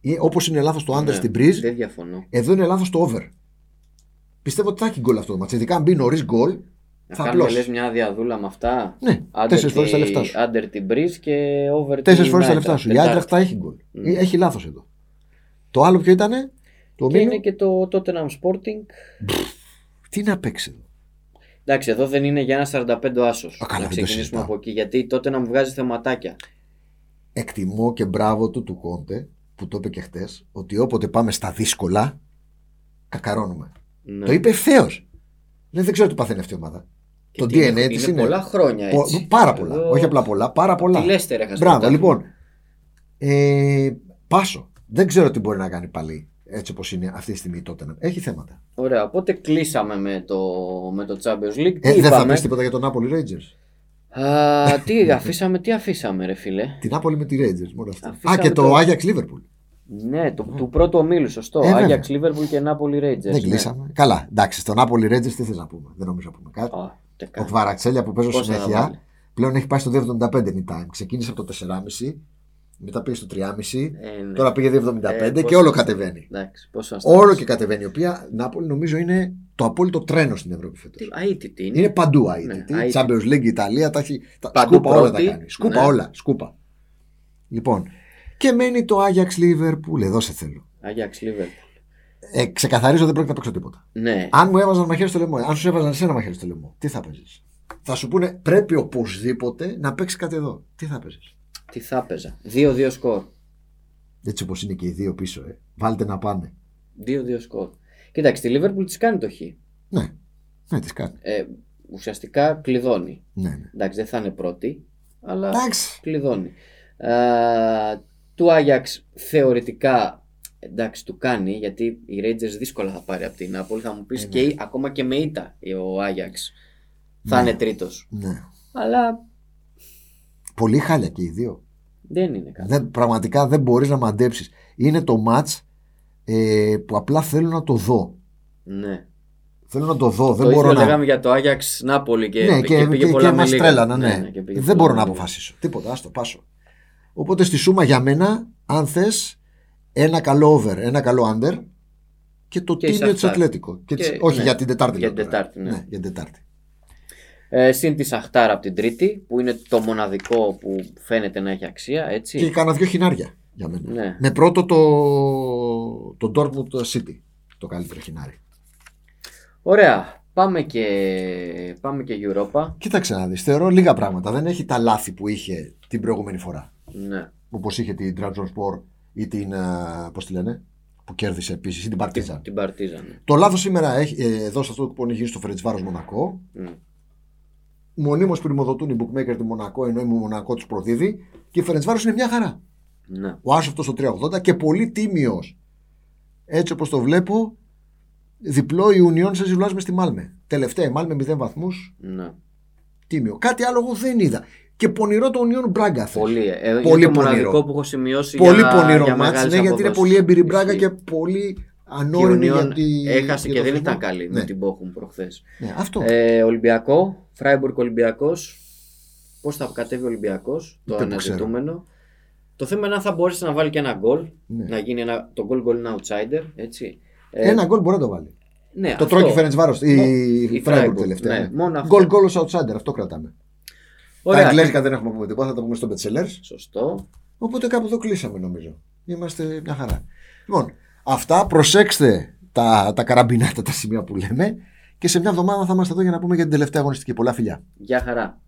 Speaker 2: Ή, όπως είναι λάθος το under
Speaker 1: ναι.
Speaker 2: στην Breeze,
Speaker 1: Δεν διαφωνώ.
Speaker 2: εδώ είναι λάθος το over. Πιστεύω ότι θα έχει γκολ αυτό το μάτς. Ειδικά αν μπει νωρίς γκολ,
Speaker 1: Να
Speaker 2: θα
Speaker 1: κάνουμε λε
Speaker 2: απλώσει.
Speaker 1: μια διαδούλα με αυτά.
Speaker 2: Ναι,
Speaker 1: Άντερ
Speaker 2: τέσσερις φορές
Speaker 1: τη-
Speaker 2: τα λεφτά σου.
Speaker 1: Άντερ την Breeze και over
Speaker 2: Τέσσερις
Speaker 1: την
Speaker 2: φορές τα
Speaker 1: Άιντραχτ.
Speaker 2: λεφτά σου. Η
Speaker 1: Τετάρτη.
Speaker 2: Άιντραχτ θα έχει γκολ.
Speaker 1: Μμ.
Speaker 2: Ή- Έχει λάθος εδώ. Το άλλο ποιο ήτανε, το
Speaker 1: Και
Speaker 2: μήνυμα,
Speaker 1: είναι και το Tottenham Sporting.
Speaker 2: τι να παίξει εδώ.
Speaker 1: Εντάξει, εδώ δεν είναι για ένα 45 άσος.
Speaker 2: Α, καλά,
Speaker 1: Να
Speaker 2: δεν το
Speaker 1: ξεκινήσουμε
Speaker 2: συζητάω.
Speaker 1: από εκεί. Γιατί τότε να μου βγάζει θεματάκια.
Speaker 2: Εκτιμώ και μπράβο του του Κόντε, που το είπε και χτες, ότι όποτε πάμε στα δύσκολα, κακαρώνουμε.
Speaker 1: Ναι.
Speaker 2: Το είπε ευθέως. Λέει, δεν ξέρω τι παθαίνει αυτή η ομάδα.
Speaker 1: Και
Speaker 2: το
Speaker 1: Ε, τι
Speaker 2: DNA
Speaker 1: είναι,
Speaker 2: της
Speaker 1: είναι
Speaker 2: είναι.
Speaker 1: πολλά χρόνια
Speaker 2: Πο-
Speaker 1: έτσι.
Speaker 2: πάρα πολλά.
Speaker 1: Εδώ-
Speaker 2: Όχι απλά πολλά, πάρα πολλά.
Speaker 1: Τη Λέστερ έχασε.
Speaker 2: Μπράβο,
Speaker 1: το
Speaker 2: λοιπόν. Ε, πάσο. Δεν ξέρω τι μπορεί να κάνει πάλι έτσι όπως είναι αυτή τη στιγμή τότε. Έχει θέματα.
Speaker 1: τάθλημα. Ωραία, οπότε κλείσαμε με το, με το Champions League.
Speaker 2: Ε,
Speaker 1: τι
Speaker 2: δεν θα πει
Speaker 1: είπαμε.
Speaker 2: τίποτα για τον Napoli Rangers.
Speaker 1: Α, τι αφήσαμε, τι αφήσαμε, ρε φίλε.
Speaker 2: Την Napoli με τη Rangers, μόνο αυτό. Α,
Speaker 1: Αφήσαμε
Speaker 2: και το
Speaker 1: το-
Speaker 2: Ajax Liverpool.
Speaker 1: ναι, το, του πρώτου ομίλου, σωστό.
Speaker 2: Ε, βέβαια.
Speaker 1: Άγιαξ, Liverpool και ναι. Napoli Rangers.
Speaker 2: δεν κλείσαμε. Καλά, εντάξει, στον Napoli Rangers τι θες να πούμε. Δεν νομίζω να πούμε κάτι.
Speaker 1: Ναι. Α, τε
Speaker 2: Ο
Speaker 1: κα-
Speaker 2: Κβαραξέλια που παίζω
Speaker 1: Πόσα θα βάλει?
Speaker 2: συνέχεια πλέον έχει πάει στο 2,75 anytime. Ξεκίνησε από το 4,5, μετά πήγε στο 3,5,
Speaker 1: Ε, ναι.
Speaker 2: τώρα πήγε 2,75
Speaker 1: Ε,
Speaker 2: και
Speaker 1: πόσο-
Speaker 2: όλο κατεβαίνει.
Speaker 1: Εντάξει, πόσο να
Speaker 2: Όλο
Speaker 1: σταματήσει.
Speaker 2: και κατεβαίνει. Η οποία Νάπολη νομίζω είναι το απόλυτο τρένο στην Ευρώπη φέτος.
Speaker 1: Τι- αίτητη είναι.
Speaker 2: Είναι παντού αίτητη.
Speaker 1: αίτητη.
Speaker 2: Champions League, Ιταλία, τα έχει. τα-
Speaker 1: Παντού
Speaker 2: σκούπα όλα τα
Speaker 1: πρώτη.
Speaker 2: κάνει. Σκούπα
Speaker 1: Ναι.
Speaker 2: όλα. Σκούπα. Λοιπόν. Και μένει το Ajax Liverpool. Εδώ σε θέλω.
Speaker 1: Άγιαξ, Liverpool.
Speaker 2: Ε, ξεκαθαρίζω δεν πρόκειται να παίξω τίποτα.
Speaker 1: Ναι,
Speaker 2: ε, Αν μου έβαζαν μαχαίρι στο λαιμό, αν σου έβαζαν εσένα μαχαίρι στο λαιμό, τι θα παίζεις. θα σου πούνε πρέπει οπωσδήποτε να παίξει κάτι εδώ. Τι θα παίζεις.
Speaker 1: Τι θα έπαιζα. 2-2 σκορ.
Speaker 2: Έτσι όπως είναι και οι δύο πίσω, ε. Βάλτε να πάνε.
Speaker 1: 2-2 σκορ. Κοίταξε, τη Λίβερπουλ της κάνει το χ.
Speaker 2: Ναι, ναι, τι κάνει.
Speaker 1: Ε, ουσιαστικά κλειδώνει.
Speaker 2: Ναι, ναι.
Speaker 1: Εντάξει, δεν θα είναι πρώτη, αλλά
Speaker 2: Εντάξει.
Speaker 1: κλειδώνει. Ε, του Άγιαξ θεωρητικά εντάξει, του κάνει γιατί η Rangers δύσκολα θα πάρει από την Νάπολη. Θα μου πεις
Speaker 2: Ε, ναι.
Speaker 1: και η- ακόμα και με ήττα ο Άγιαξ θα
Speaker 2: Ναι.
Speaker 1: είναι τρίτος.
Speaker 2: Ναι.
Speaker 1: Αλλά
Speaker 2: Πολύ χάλια και οι δύο.
Speaker 1: δεν είναι κάτι.
Speaker 2: Δεν, πραγματικά δεν μπορείς να μαντέψεις. Είναι το match ε, που απλά θέλω να το δω.
Speaker 1: Ναι.
Speaker 2: Θέλω να το δω.
Speaker 1: το
Speaker 2: δεν μπορώ
Speaker 1: ίδιο
Speaker 2: να.
Speaker 1: λέγαμε για το Άγιαξ Νάπολη και,
Speaker 2: ναι,
Speaker 1: και πήγε
Speaker 2: και,
Speaker 1: πολλά
Speaker 2: και
Speaker 1: με
Speaker 2: μας
Speaker 1: λίγα.
Speaker 2: τρέλανα, ναι.
Speaker 1: και πήγε
Speaker 2: δεν
Speaker 1: πολλά
Speaker 2: μπορώ
Speaker 1: με
Speaker 2: να
Speaker 1: λίγα.
Speaker 2: αποφασίσω. Τίποτα, άστο, πάσω. Οπότε στη σούμα για μένα, αν θες, ένα καλό over, ένα καλό under και το
Speaker 1: Και η
Speaker 2: τίμιο τη
Speaker 1: Σαχτάρ.
Speaker 2: Ατλέτικο. Και της-
Speaker 1: Και-
Speaker 2: όχι,
Speaker 1: ναι.
Speaker 2: για την Τετάρτη.
Speaker 1: Για
Speaker 2: λέω
Speaker 1: την
Speaker 2: τώρα.
Speaker 1: Τετάρτη, ναι.
Speaker 2: για την Τετάρτη.
Speaker 1: Ε, συν τη Σαχτάρα από την Τρίτη, που είναι το μοναδικό που φαίνεται να έχει αξία, έτσι.
Speaker 2: Και κάνα δυο χινάρια για μένα.
Speaker 1: Ναι.
Speaker 2: Με πρώτο το, το Dortmund City. Το καλύτερο χινάρι.
Speaker 1: Ωραία. Πάμε και, πάμε και Europa.
Speaker 2: Κοίταξε να δεις. Θεωρώ λίγα πράγματα. Δεν έχει τα λάθη που είχε την προηγούμενη φορά.
Speaker 1: Ναι.
Speaker 2: Όπως είχε την Sport ή την. Πώς τη λένε. Που κέρδισε επίσης. Ή την Partizan.
Speaker 1: Την παρτίζανε.
Speaker 2: Το λάθος σήμερα έχει, ε, εδώ σε αυτό το κουπόνι γίνει στο Φρετσβάρο Μονακό.
Speaker 1: Μμ.
Speaker 2: Μονίμως πρημοδοτούν οι bookmaker τη Μονακό ενώ η Μονακό τους προδίδει. Και η Φρετσβάρο είναι μια χαρά.
Speaker 1: Ναι.
Speaker 2: Ο Άσο αυτός στο 380 και πολύ τίμιος. Έτσι όπως το βλέπω, διπλό η Union σε ζηλουάζουμε στη Μάλμε. Τελευταία η Μάλμε 0 βαθμούς,
Speaker 1: ναι.
Speaker 2: τίμιο. Κάτι άλλο εγώ δεν είδα. Και πονηρό το Union Μπράγκα. χθες.
Speaker 1: Πολύ. Ε, είναι
Speaker 2: Πολύ
Speaker 1: το
Speaker 2: πονηρό.
Speaker 1: μοναδικό που έχω σημειώσει
Speaker 2: πολύ
Speaker 1: για, για
Speaker 2: πονηρό μάτς,
Speaker 1: μεγάλες
Speaker 2: ναι, γιατί είναι
Speaker 1: αποδόσεις.
Speaker 2: πολύ έμπειρη Μπράγκα
Speaker 1: Ισχύει.
Speaker 2: και πολύ
Speaker 1: Και η
Speaker 2: ανώριμη.
Speaker 1: Union
Speaker 2: γιατί...
Speaker 1: έχασε και, δεν ήταν
Speaker 2: καλή.
Speaker 1: καλή
Speaker 2: Ναι.
Speaker 1: με την Bochum προχθές.
Speaker 2: Ναι, αυτό.
Speaker 1: Ε, Ολυμπιακό, Φράιμπουργκ Ολυμπιακός. Πώς θα κατέβει ο Ολυμπιακός, το
Speaker 2: Ούτε που ξέρω.
Speaker 1: αναζητούμενο. Το θέμα είναι αν θα μπορέσει να βάλει και ένα γκολ.
Speaker 2: Ναι.
Speaker 1: Να γίνει ένα, το γκολ γκολ είναι outsider. Έτσι. Ε,
Speaker 2: Ένα γκολ μπορεί να το βάλει.
Speaker 1: ναι,
Speaker 2: Το
Speaker 1: αυτό.
Speaker 2: τρώει και η Φέρεντ Η, η
Speaker 1: η
Speaker 2: Φράιμπουργκ
Speaker 1: Freiburg,
Speaker 2: τελευταία.
Speaker 1: ναι,
Speaker 2: ναι.
Speaker 1: μόνο αυτό.
Speaker 2: Γκολ γκολ ως outsider, αυτό κρατάμε.
Speaker 1: Ωραία.
Speaker 2: Τα αγγλικά δεν έχουμε πούμε τίποτα, θα τα πούμε στο Betzellers.
Speaker 1: Σωστό.
Speaker 2: Οπότε κάπου εδώ κλείσαμε νομίζω. Είμαστε μια χαρά. Λοιπόν, αυτά προσέξτε τα, τα καραμπινάτα, τα σημεία που λέμε και σε μια εβδομάδα θα είμαστε εδώ για να πούμε για την τελευταία αγωνιστική. Πολλά φιλιά.
Speaker 1: Γεια χαρά.